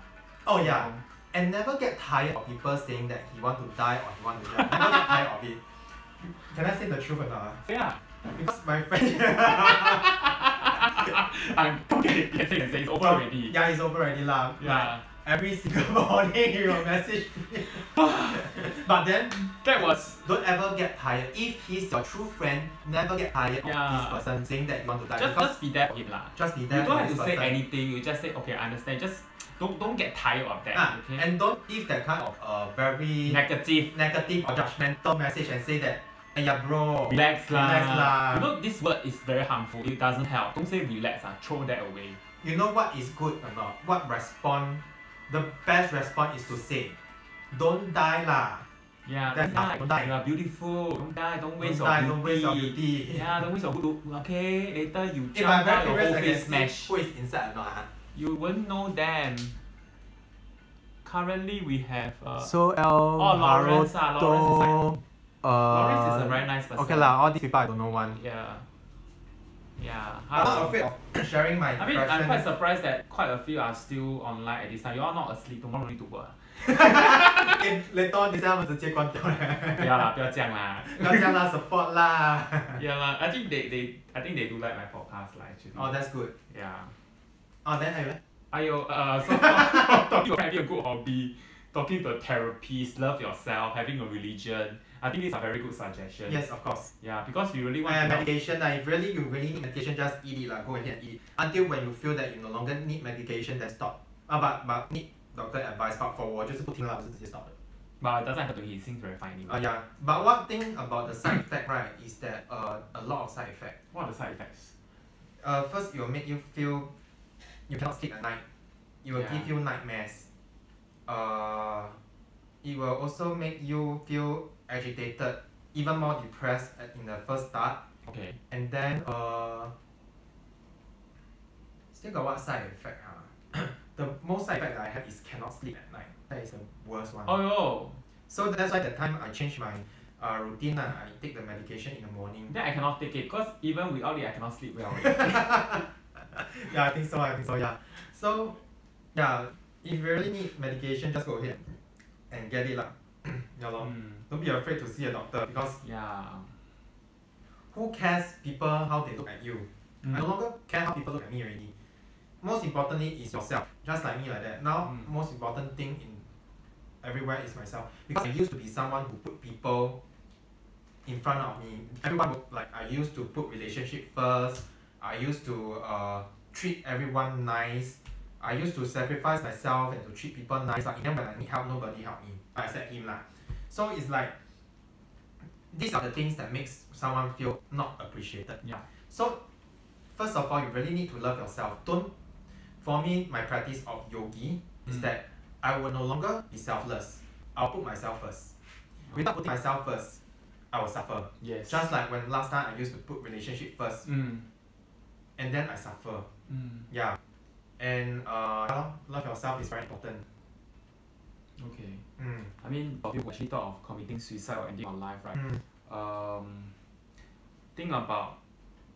S1: Oh yeah. And never get tired of people saying that he want to die or he want to die. Never get tired of it. Can I say the truth or not?
S2: So, yeah.
S1: Because my friend.
S2: I'm okay. Yes, yes, it's over already.
S1: Yeah, it's over already lah. Like,
S2: Yeah.
S1: every single morning he will message me. but then
S2: That was.
S1: Don't ever get tired. If he's your true friend, never get tired
S2: Yeah.
S1: of this person saying that you want to die.
S2: Just,
S1: because
S2: just be there for him lah.
S1: just be
S2: You
S1: there
S2: don't
S1: for
S2: have
S1: this
S2: to say
S1: person.
S2: anything. You just say okay, I understand. Just don't don't get tired of that.
S1: Ah,
S2: okay.
S1: And don't give that kind of uh, very
S2: negative.
S1: negative or judgmental message and say that, hey, yeah, bro.
S2: Relax lah.
S1: Relax lah.
S2: You know this word is very harmful. It doesn't help. Don't say relax ah. Throw that away.
S1: You know what is good or not? What respond? The best response is to say, don't die lah.
S2: Yeah.
S1: That's
S2: Don't die.
S1: not- don't die.
S2: You are beautiful. Don't die. Don't waste
S1: Don't die,
S2: your
S1: don't waste your beauty.
S2: Yeah, don't waste your good look. Okay, later you
S1: If
S2: jump
S1: I'm very
S2: down your
S1: curious,
S2: whole
S1: I
S2: face
S1: can
S2: smash.
S1: see who is inside or not. ah.
S2: You won't know them. Currently, we have. Uh,
S1: So El
S2: Oh, Lawrence ah, Lawrence is
S1: Haroto, uh,
S2: Lawrence is a very nice person.
S1: Okay lah, all these people I don't know one.
S2: Yeah. Yeah.
S1: I'm
S2: hello.
S1: not afraid of sharing my
S2: I mean,
S1: impression.
S2: I'm quite surprised that quite a few are still online at this time. You all not asleep. Tomorrow need to work.
S1: Eh, later on 等一下他们直接关掉了。
S2: 不要啦，不要这样啦。
S1: 要加啦 support 啦。
S2: Yeah lah. I think they they I think they do like my podcast lah actually.
S1: Oh, that's good.
S2: Yeah.
S1: Oh, then I
S2: I uh so talking about having a good hobby, talking to a therapist, love yourself, having a religion. I think these are very good suggestions.
S1: yes, of course.
S2: Yeah, because you really want
S1: And
S2: to help
S1: medication, like, if really you really need medication, just eat it lah. Go ahead and eat until when you feel that you no longer need medication, then stop. Ah, but but need doctor advice. But for 我就是不听啦，我是直接 stop 的。
S2: But it doesn't have to be. It seems very fine.
S1: Ah, yeah. But one thing about the side effect, right, is that uh a lot of side effect.
S2: What are the side effects?
S1: Uh, first it will make you feel you cannot sleep at night. It will
S2: Yeah.
S1: give you nightmares. Uh, it will also make you feel agitated, even more depressed at, in the first start,
S2: Okay.
S1: and then uh, still got what side effect? Huh? the most side effect that I have is cannot sleep at night. That is the worst one.
S2: Oh yo,
S1: So that's why the time I change my uh, routine. Uh, I take the medication in the morning.
S2: then I cannot take it because even without it, I cannot sleep well. already.
S1: yeah, I think so. I think so. Yeah. So, yeah, if you really need medication, just go ahead and get it lah. yeah lor.
S2: mm,
S1: Don't be afraid to see a doctor because
S2: yeah.
S1: who cares people how they look at you? I no longer care how people look at me already. Most importantly is yourself, just like me like that. Now,
S2: Mm.
S1: most important thing in everywhere is myself because I used to be someone who put people in front of me. Everyone would- like I used to put relationship first. I used to uh, treat everyone nice. I used to sacrifice myself and to treat people nice. But in the end, when I need help, nobody help me. I said him lah. So it's like these are the things that makes someone feel not appreciated.
S2: Yeah.
S1: So first of all, you really need to love yourself. Don't. For me, my practice of yogi is
S2: Mm.
S1: that I will no longer be selfless. I'll put myself first. Without putting myself first, I will suffer.
S2: Yes.
S1: Just like when last time I used to put relationship first,
S2: mm,
S1: and then I suffer.
S2: mm,
S1: Yeah. And uh, yeah lor, love yourself is very important.
S2: okay.
S1: Mm.
S2: I mean, uh, people actually thought of committing suicide or ending our life, right?
S1: Mm.
S2: Um, think about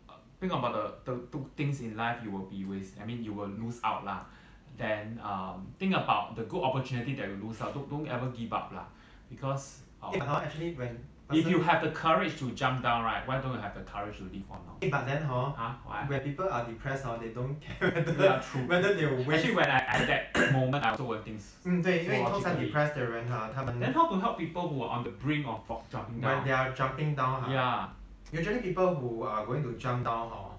S2: uh, think about the, the two things in life you will be with. I mean, you will lose out lah. Then um, think about the good opportunity that you lose out. Don't, don't ever give up lah, because uh,
S1: Eh, but hor, actually when
S2: if
S1: person-
S2: you have the courage to jump down, right? Why don't you have the courage to live on now?
S1: Eh, but then hor,
S2: Huh? Why?
S1: when people are depressed hor, they don't care whether
S2: Yeah, true.
S1: whether they will waste
S2: Actually, when I at that moment, I also will think.
S1: Mm, 嗯，对，因为通常
S2: Logically.
S1: depressed 的人哈，他们
S2: Then how to help people who are on the brink of fo- jumping
S1: when
S2: down?
S1: they are jumping down
S2: Yeah.
S1: 哈，usually people who are going to jump down 哈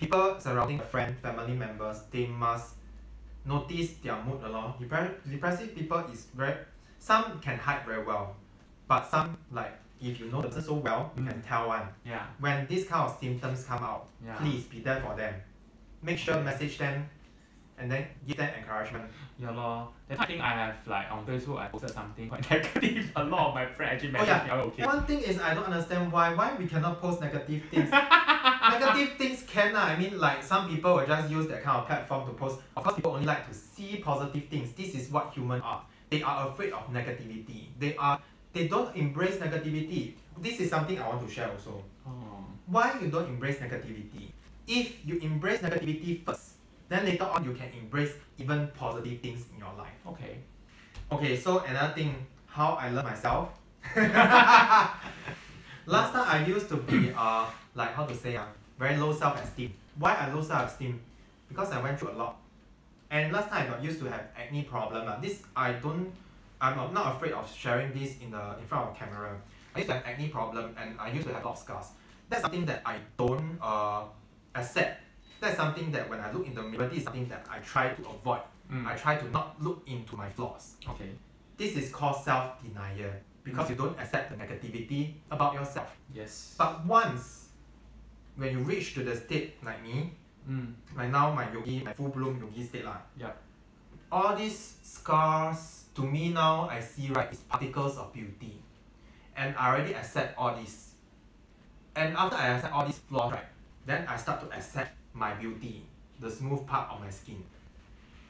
S1: ，people surrounding their friend, family members, they must notice their mood a lot. Depre- Depressive people is very some can hide very well, but some like if you know the person so well, you
S2: Mm.
S1: can tell one.
S2: Yeah.
S1: When these kind of symptoms come out,
S2: Yeah.
S1: please be there for them. Make sure message them, and then give them encouragement.
S2: Yeah lor. Then I think I have like on Facebook I posted something quite negative. A lot of my friends actually
S1: Oh,
S2: messaged
S1: yeah.
S2: me. I was okay.
S1: One thing is I don't understand why why we cannot post negative things. negative things can lah. I mean like some people will just use that kind of platform to post. Of course, people only like to see positive things. This is what humans are. They are afraid of negativity. They are they don't embrace negativity. This is something I want to share also.
S2: Oh.
S1: Why you don't embrace negativity? If you embrace negativity first, then later on you can embrace even positive things in your life.
S2: Oh, Okay.
S1: Okay, so another thing, how I learn myself. Last time I used to be uh like how to say ah very low self esteem. Why I low self esteem? Because I went through a lot. And last time I got used to have acne problem lah. This I don't. I'm not- not afraid of sharing this in the in front of camera. I used to have acne problem and I used to have a lot of scars. That's something that I don't uh accept. That's something that when I look in the mirror, this is something that I try to avoid.
S2: Mm.
S1: I try to not look into my flaws.
S2: Okay.
S1: This is called self denial because you don't accept the negativity about yourself.
S2: Yes.
S1: But once, when you reach to the state like me,
S2: Mm.
S1: like now my yogi, my full bloom yogi state lah.
S2: Yup.
S1: All these scars to me now I see right is particles of beauty, and I already accept all these. And after I accept all these flaws right, then I start to accept my beauty, the smooth part of my skin.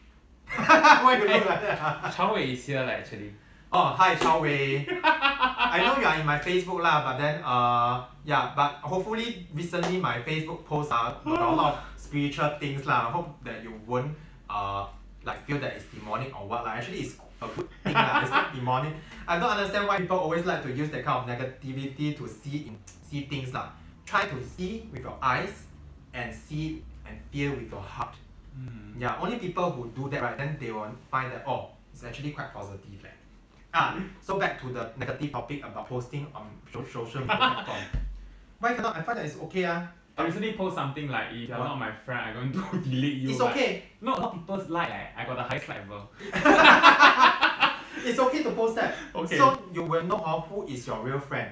S1: Why you look like that?
S2: Chao Wei is here like, actually.
S1: Oh, hi, Chao Wei. I know you are in my Facebook lah, but then uh, yeah, but hopefully recently my Facebook posts are got a lot of spiritual things lah. I hope that you won't uh like feel that it's demonic or what lah. Actually, it's a good thing lah. It's not demonic. I don't understand why people always like to use that kind of negativity to see in, see things lah. Try to see with your eyes, and see and feel with your heart.
S2: Mm.
S1: Yeah, only people who do that, right, then they will find that, oh, it's actually quite positive. Like. Ah, so back to the negative topic about posting on so- social media platform. Why cannot? I find that it's okay. Ah.
S2: I recently post something like if you're
S1: What?
S2: not my friend, I'm going to delete you.
S1: It's
S2: like-
S1: okay.
S2: No, a lot of people's like eh. I got the highest like ever.
S1: It's okay to post that.
S2: Okay.
S1: So you will know how, who is your real friend.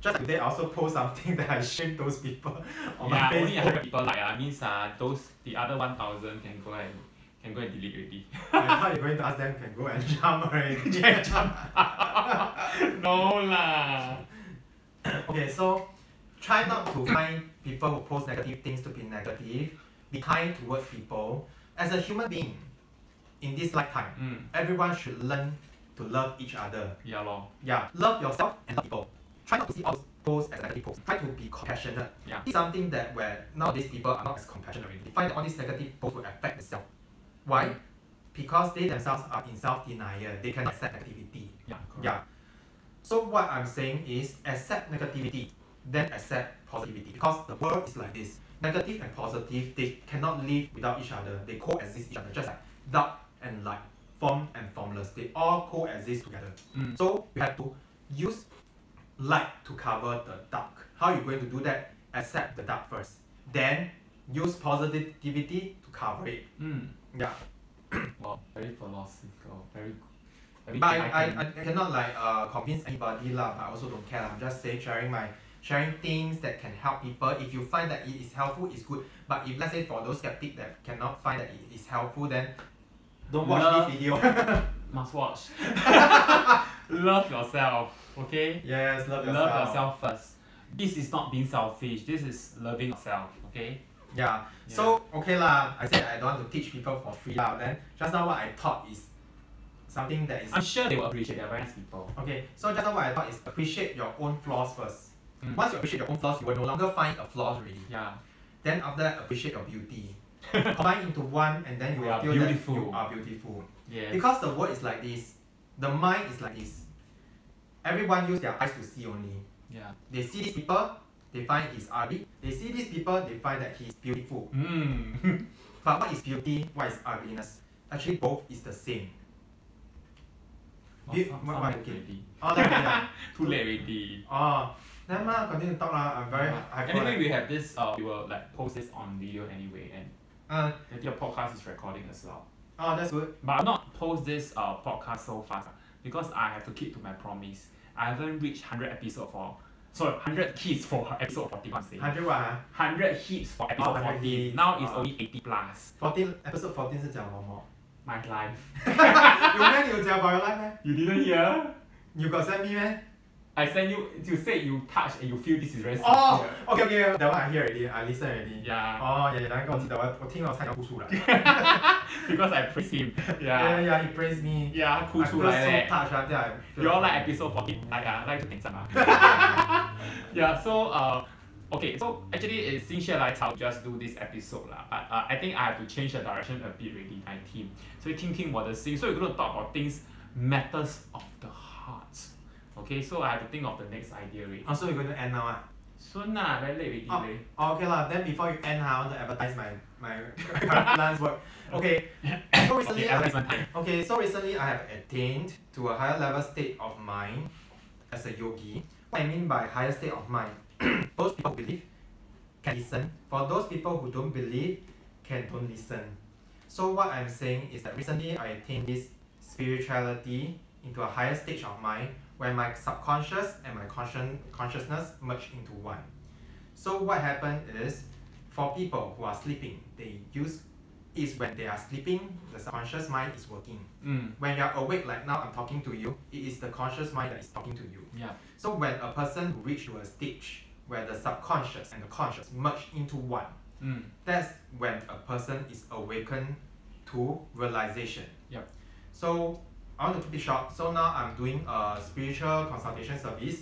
S1: Just today, I also post something that I shame those people on
S2: yeah,
S1: my
S2: only
S1: Facebook.
S2: hundred people like ah means ah those the other one thousand can go and can go and delete already.
S1: I thought you're going to ask them can go and jump already.
S2: no lah.
S1: Okay, so try not to find people who post negative things to be negative. Be kind towards people. As a human being, in this lifetime,
S2: Mm.
S1: everyone should learn to love each other.
S2: Yeah lor.
S1: Yeah, love yourself and love people. Try not to see all posts as negative posts. Try to be compassionate.
S2: Yeah.
S1: It's something that where nowadays people are not as compassionate already. They find that all these negative posts will affect themselves. Why? Because they themselves are in self-denial. They cannot accept negativity.
S2: Yeah. Correct.
S1: Yeah. So what I'm saying is accept negativity, then accept positivity. Because the world is like this. Negative and positive, they cannot live without each other. They coexist each other, just like dark and light, form and formless. They all coexist together.
S2: Mm.
S1: So you have to use light to cover the dark. How you going to do that? Accept the dark first. Then use positivity to cover it.
S2: Mm.
S1: Yeah.
S2: Wow, very philosophical, very, g- I mean,
S1: But
S2: I
S1: I, I,
S2: can-
S1: I cannot like uh, convince anybody lah, but I also don't care. lah. I'm just say sharing my sharing things that can help people. If you find that it is helpful, it's good. But if let's say for those skeptic that cannot find that it is helpful, then don't watch
S2: No.
S1: this video.
S2: must watch. Love yourself, okay?
S1: yes, love yourself.
S2: Love yourself first. This is not being selfish. This is loving yourself, okay?
S1: Yeah. So okay lah. I said I don't want to teach people for free lah. Then just now what I taught is something that is
S2: I'm sure they will appreciate. They're very nice people.
S1: Okay, so just now what I thought is appreciate your own flaws first.
S2: Mm.
S1: Once you appreciate your own flaws, you will no longer find a flaws already.
S2: Yeah.
S1: Then after that, appreciate your beauty. Combine into one, and then you
S2: We
S1: will
S2: are
S1: feel
S2: beautiful.
S1: that you are beautiful.
S2: Yeah.
S1: Because the world is like this, the mind is like this. Everyone use their eyes to see only.
S2: Yeah.
S1: They see these people, they find he's ugly. They see these people, they find that he's beautiful.
S2: Mm.
S1: But what is beauty? What is ugliness? Actually, both is the same.
S2: Oh,
S1: Be-
S2: some-
S1: what-
S2: some
S1: what-
S2: late
S1: okay.
S2: already.
S1: Oh, then, yeah.
S2: Too late already.
S1: oh, never mind. Continue to talk lah. I'm very hyper.
S2: anyway, we have this. Uh, we will like post this on video anyway, and
S1: Uh,
S2: I think the podcast is recording as well.
S1: oh, that's good.
S2: But I'll not post this uh, podcast so fast ah, because I have to keep to my promise. I haven't reached 100 episode for. Sorry, 100 hits for episode 41. I'm saying.
S1: Hundred what? uh? Huh?
S2: 100 hits for episode 14.
S1: 100 Oh, hits,
S2: Now it's
S1: ah.
S2: only 80 plus.
S1: Fourteen episode fourteen 是讲什么？
S2: My life.
S1: 有咩你有讲 about your life
S2: You didn't hear?
S1: 咩？You got send me
S2: I send you. You said you touch and you feel this is very sincere.
S1: Oh, okay okay. That one I hear already. I listen already.
S2: Yeah.
S1: Oh yeah, 那个我记得，我我听了差点哭出来。
S2: Because I praise him.
S1: Yeah
S2: Yeah.
S1: yeah, he praised me.
S2: Yeah,
S1: I feel so
S2: 哭出来嘞。
S1: touched after I. feel-
S2: You all like episode 14, like uh, like to 点赞啊。yeah, so uh, okay, so actually eh, it's 心血来潮 just do this episode lah, but uh, I think I have to change the direction a bit really, my team. So Team King 我的心, so we're going to talk about things, matters of the heart. Okay, so I have to think of the next idea already.
S1: Oh, so you're going to end now ah?
S2: Soon lah, very late already.
S1: Oh,
S2: leh.
S1: oh, okay lah. Then before you end, ha, I want to advertise my my freelance work. Okay. So recently,
S2: Okay,
S1: I
S2: advertisement time.
S1: Okay, so recently I have attained to a higher level state of mind as a yogi. What I mean by higher state of mind, those people who believe can listen. For those people who don't believe, can don't listen. So what I'm saying is that recently I attained this spirituality into a higher stage of mind where my subconscious and my conscious consciousness merge into one. So what happened is for people who are sleeping, they use is when they are sleeping, the subconscious mind is working.
S2: Mm,
S1: When you are awake, like now I'm talking to you, it is the conscious mind that is talking to you.
S2: yeah.
S1: So when a person reach to a stage where the subconscious and the conscious merge into one,
S2: Mm,
S1: that's when a person is awakened to realization.
S2: Yup.
S1: So I want to keep it short. So now I'm doing a spiritual consultation service.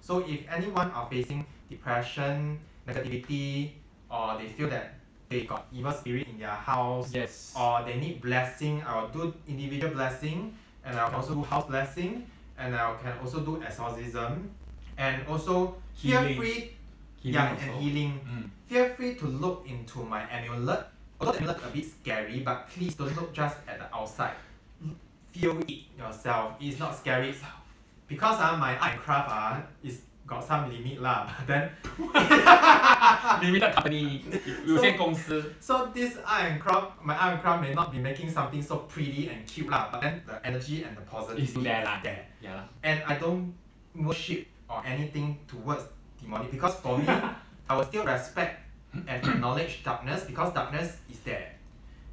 S1: So if anyone are facing depression, negativity, or they feel that they got evil spirit in their house,
S2: yes.
S1: or they need blessing, I will do individual blessing, and I will also do house blessing, and I can also do exorcism, and also feel
S2: Healing.
S1: free,
S2: Healing
S1: yeah,
S2: also.
S1: and healing.
S2: Mm,
S1: Feel free to look into my amulet. Although the amulet a bit scary, but please don't look just at the outside. Feel it yourself. It's not scary. Because uh, my art and craft uh, is got some limit lah. But then
S2: Limited company, 有限公司。
S1: Ah. so this art and craft, my art and craft may not be making something so pretty and cute lah. But then the energy and the positivity
S2: It's there lah.
S1: is there.
S2: Yeah lah.
S1: and I don't worship or anything towards demonic because for me, I will still respect and acknowledge darkness because darkness is there,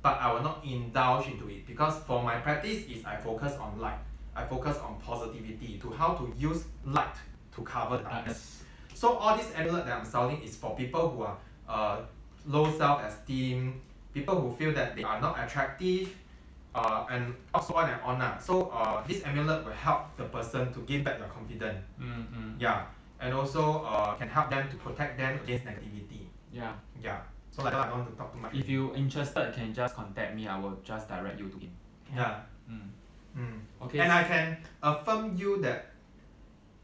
S1: but I will not indulge into it because for my practice is I focus on light, I focus on positivity to how to use light to cover darkness.
S2: That's-
S1: So all this amulet that I'm selling is for people who are uh, low self-esteem, people who feel that they are not attractive, uh, and also on and on. lah. So uh, this amulet will help the person to gain back their confidence.
S2: Mm, mm,
S1: Yeah, and also uh, can help them to protect them against negativity.
S2: yeah.
S1: Yeah. So like that, I don't want to talk too much.
S2: If you interested, can just contact me. I will just direct you to him.
S1: yeah.
S2: Mm.
S1: Mm.
S2: Okay.
S1: And I can affirm you that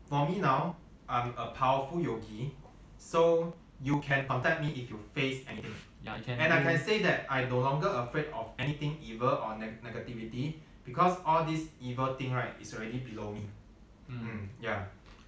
S1: for me now, I'm a powerful yogi. So you can contact me if you face anything.
S2: yeah, you can.
S1: And I
S2: do-
S1: can say that I no longer afraid of anything evil or neg- negativity because all this evil thing right is already below me.
S2: Mm.
S1: Mm, yeah.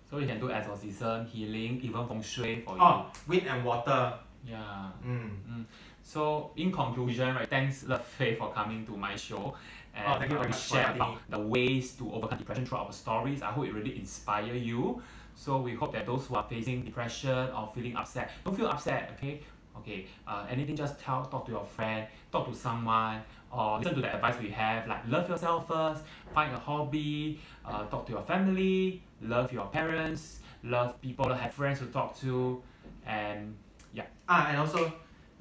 S2: So you can do exorcism, healing, even feng shui for
S1: Oh, wind and water.
S2: you. Yeah.
S1: Mm.
S2: So in conclusion, right? Thanks, Love Faye, for coming to my show, And
S1: Oh, thank you
S2: uh,
S1: very
S2: we
S1: much for
S2: share
S1: having
S2: about the ways to overcome depression through our stories. I hope it really inspire you. So we hope that those who are facing depression or feeling upset, don't feel upset, okay? Okay, uh, anything just tell, talk to your friend, talk to someone, or listen to the advice we have, like love yourself first, find a hobby, uh, talk to your family, love your parents, love people, have friends to talk to, and
S1: Ah, and also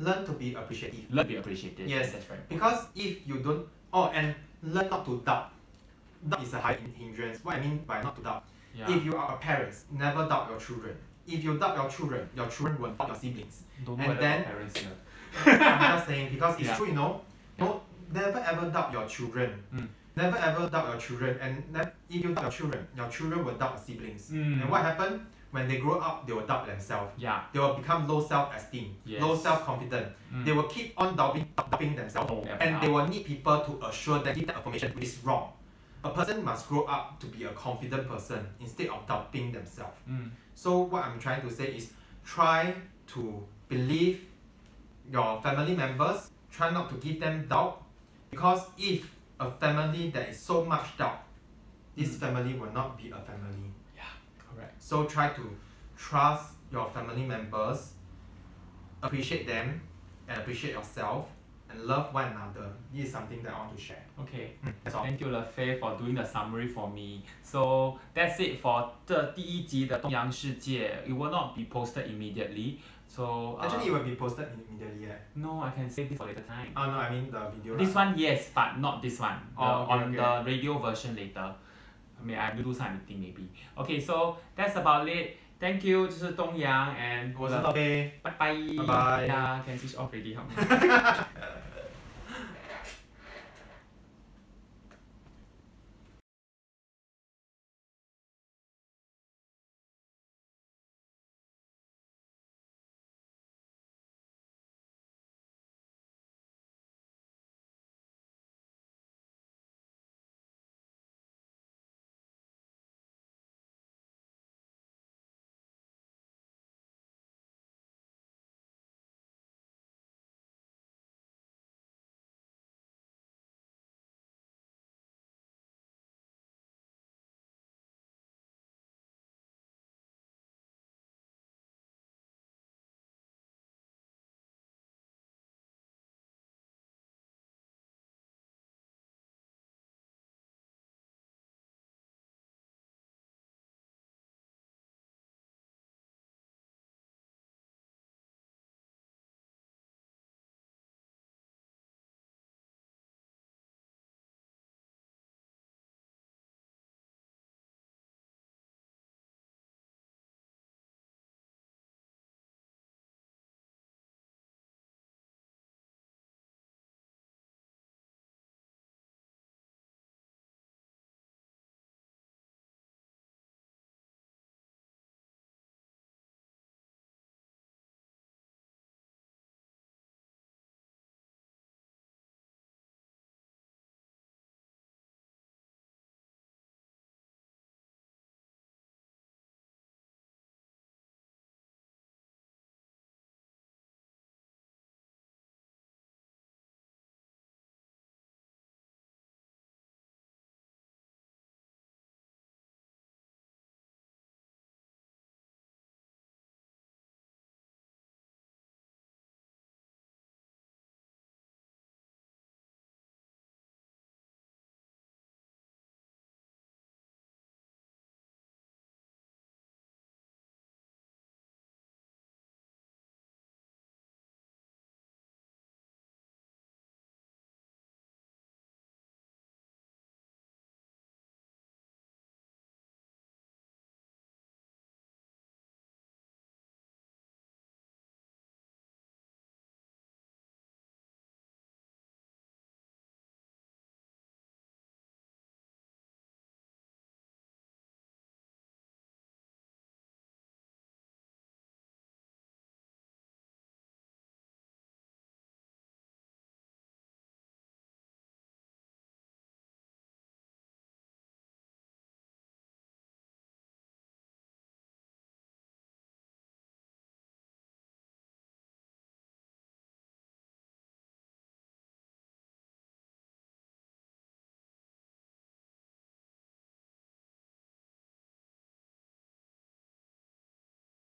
S1: learn to be appreciative.
S2: learn to be appreciated.
S1: Yes.
S2: that's right.
S1: Because if you don't, oh, and learn not to doubt. Doubt is a high hindrance. What I mean by not to doubt,
S2: Yeah.
S1: if you are a parent, never doubt your children. If you doubt your children, your children will doubt your siblings.
S2: Don't know
S1: and
S2: whether
S1: then-
S2: parents here.
S1: I'm just saying because it's
S2: Yeah.
S1: true, you know. No, never ever doubt your children.
S2: Mm.
S1: Never ever doubt your children, and ne- if you doubt your children, your children will doubt your siblings.
S2: Mm.
S1: And what happened when they grow up? They will doubt themselves.
S2: Yeah.
S1: They will become low self esteem, low
S2: Yes.
S1: self confidence.
S2: Mm.
S1: They will keep on doubting, doubting themselves,
S2: Oh, yeah.
S1: and they will need people to assure them, give them information which is wrong. A person must grow up to be a confident person instead of doubting themselves.
S2: Mm.
S1: So what I'm trying to say is try to believe your family members, try not to give them doubt because if a family that is so much doubt, this family will not be a family.
S2: Correct.
S1: So try to trust your family members, appreciate them and appreciate yourself and love one another. This is something that I want to share.
S2: Okay.
S1: 嗯，that's all.
S2: Thank you, Lefei, for doing the summary for me. So that's it for E 这第一集的东洋世界. It will not be posted immediately. So uh,
S1: Actually it will be posted immediately. Eh?
S2: no, I can save this for later time.
S1: Oh no, I mean the video.
S2: This
S1: lah.
S2: one, yes, but not this one. The,
S1: Oh, okay,
S2: on
S1: okay.
S2: the radio version later. I mean, I have to do some editing maybe. Okay, so that's about it. Thank you, 这是东洋 and
S1: 我是道飞。
S2: 拜拜。
S1: 拜 拜
S2: Yeah, can switch off already. 好吗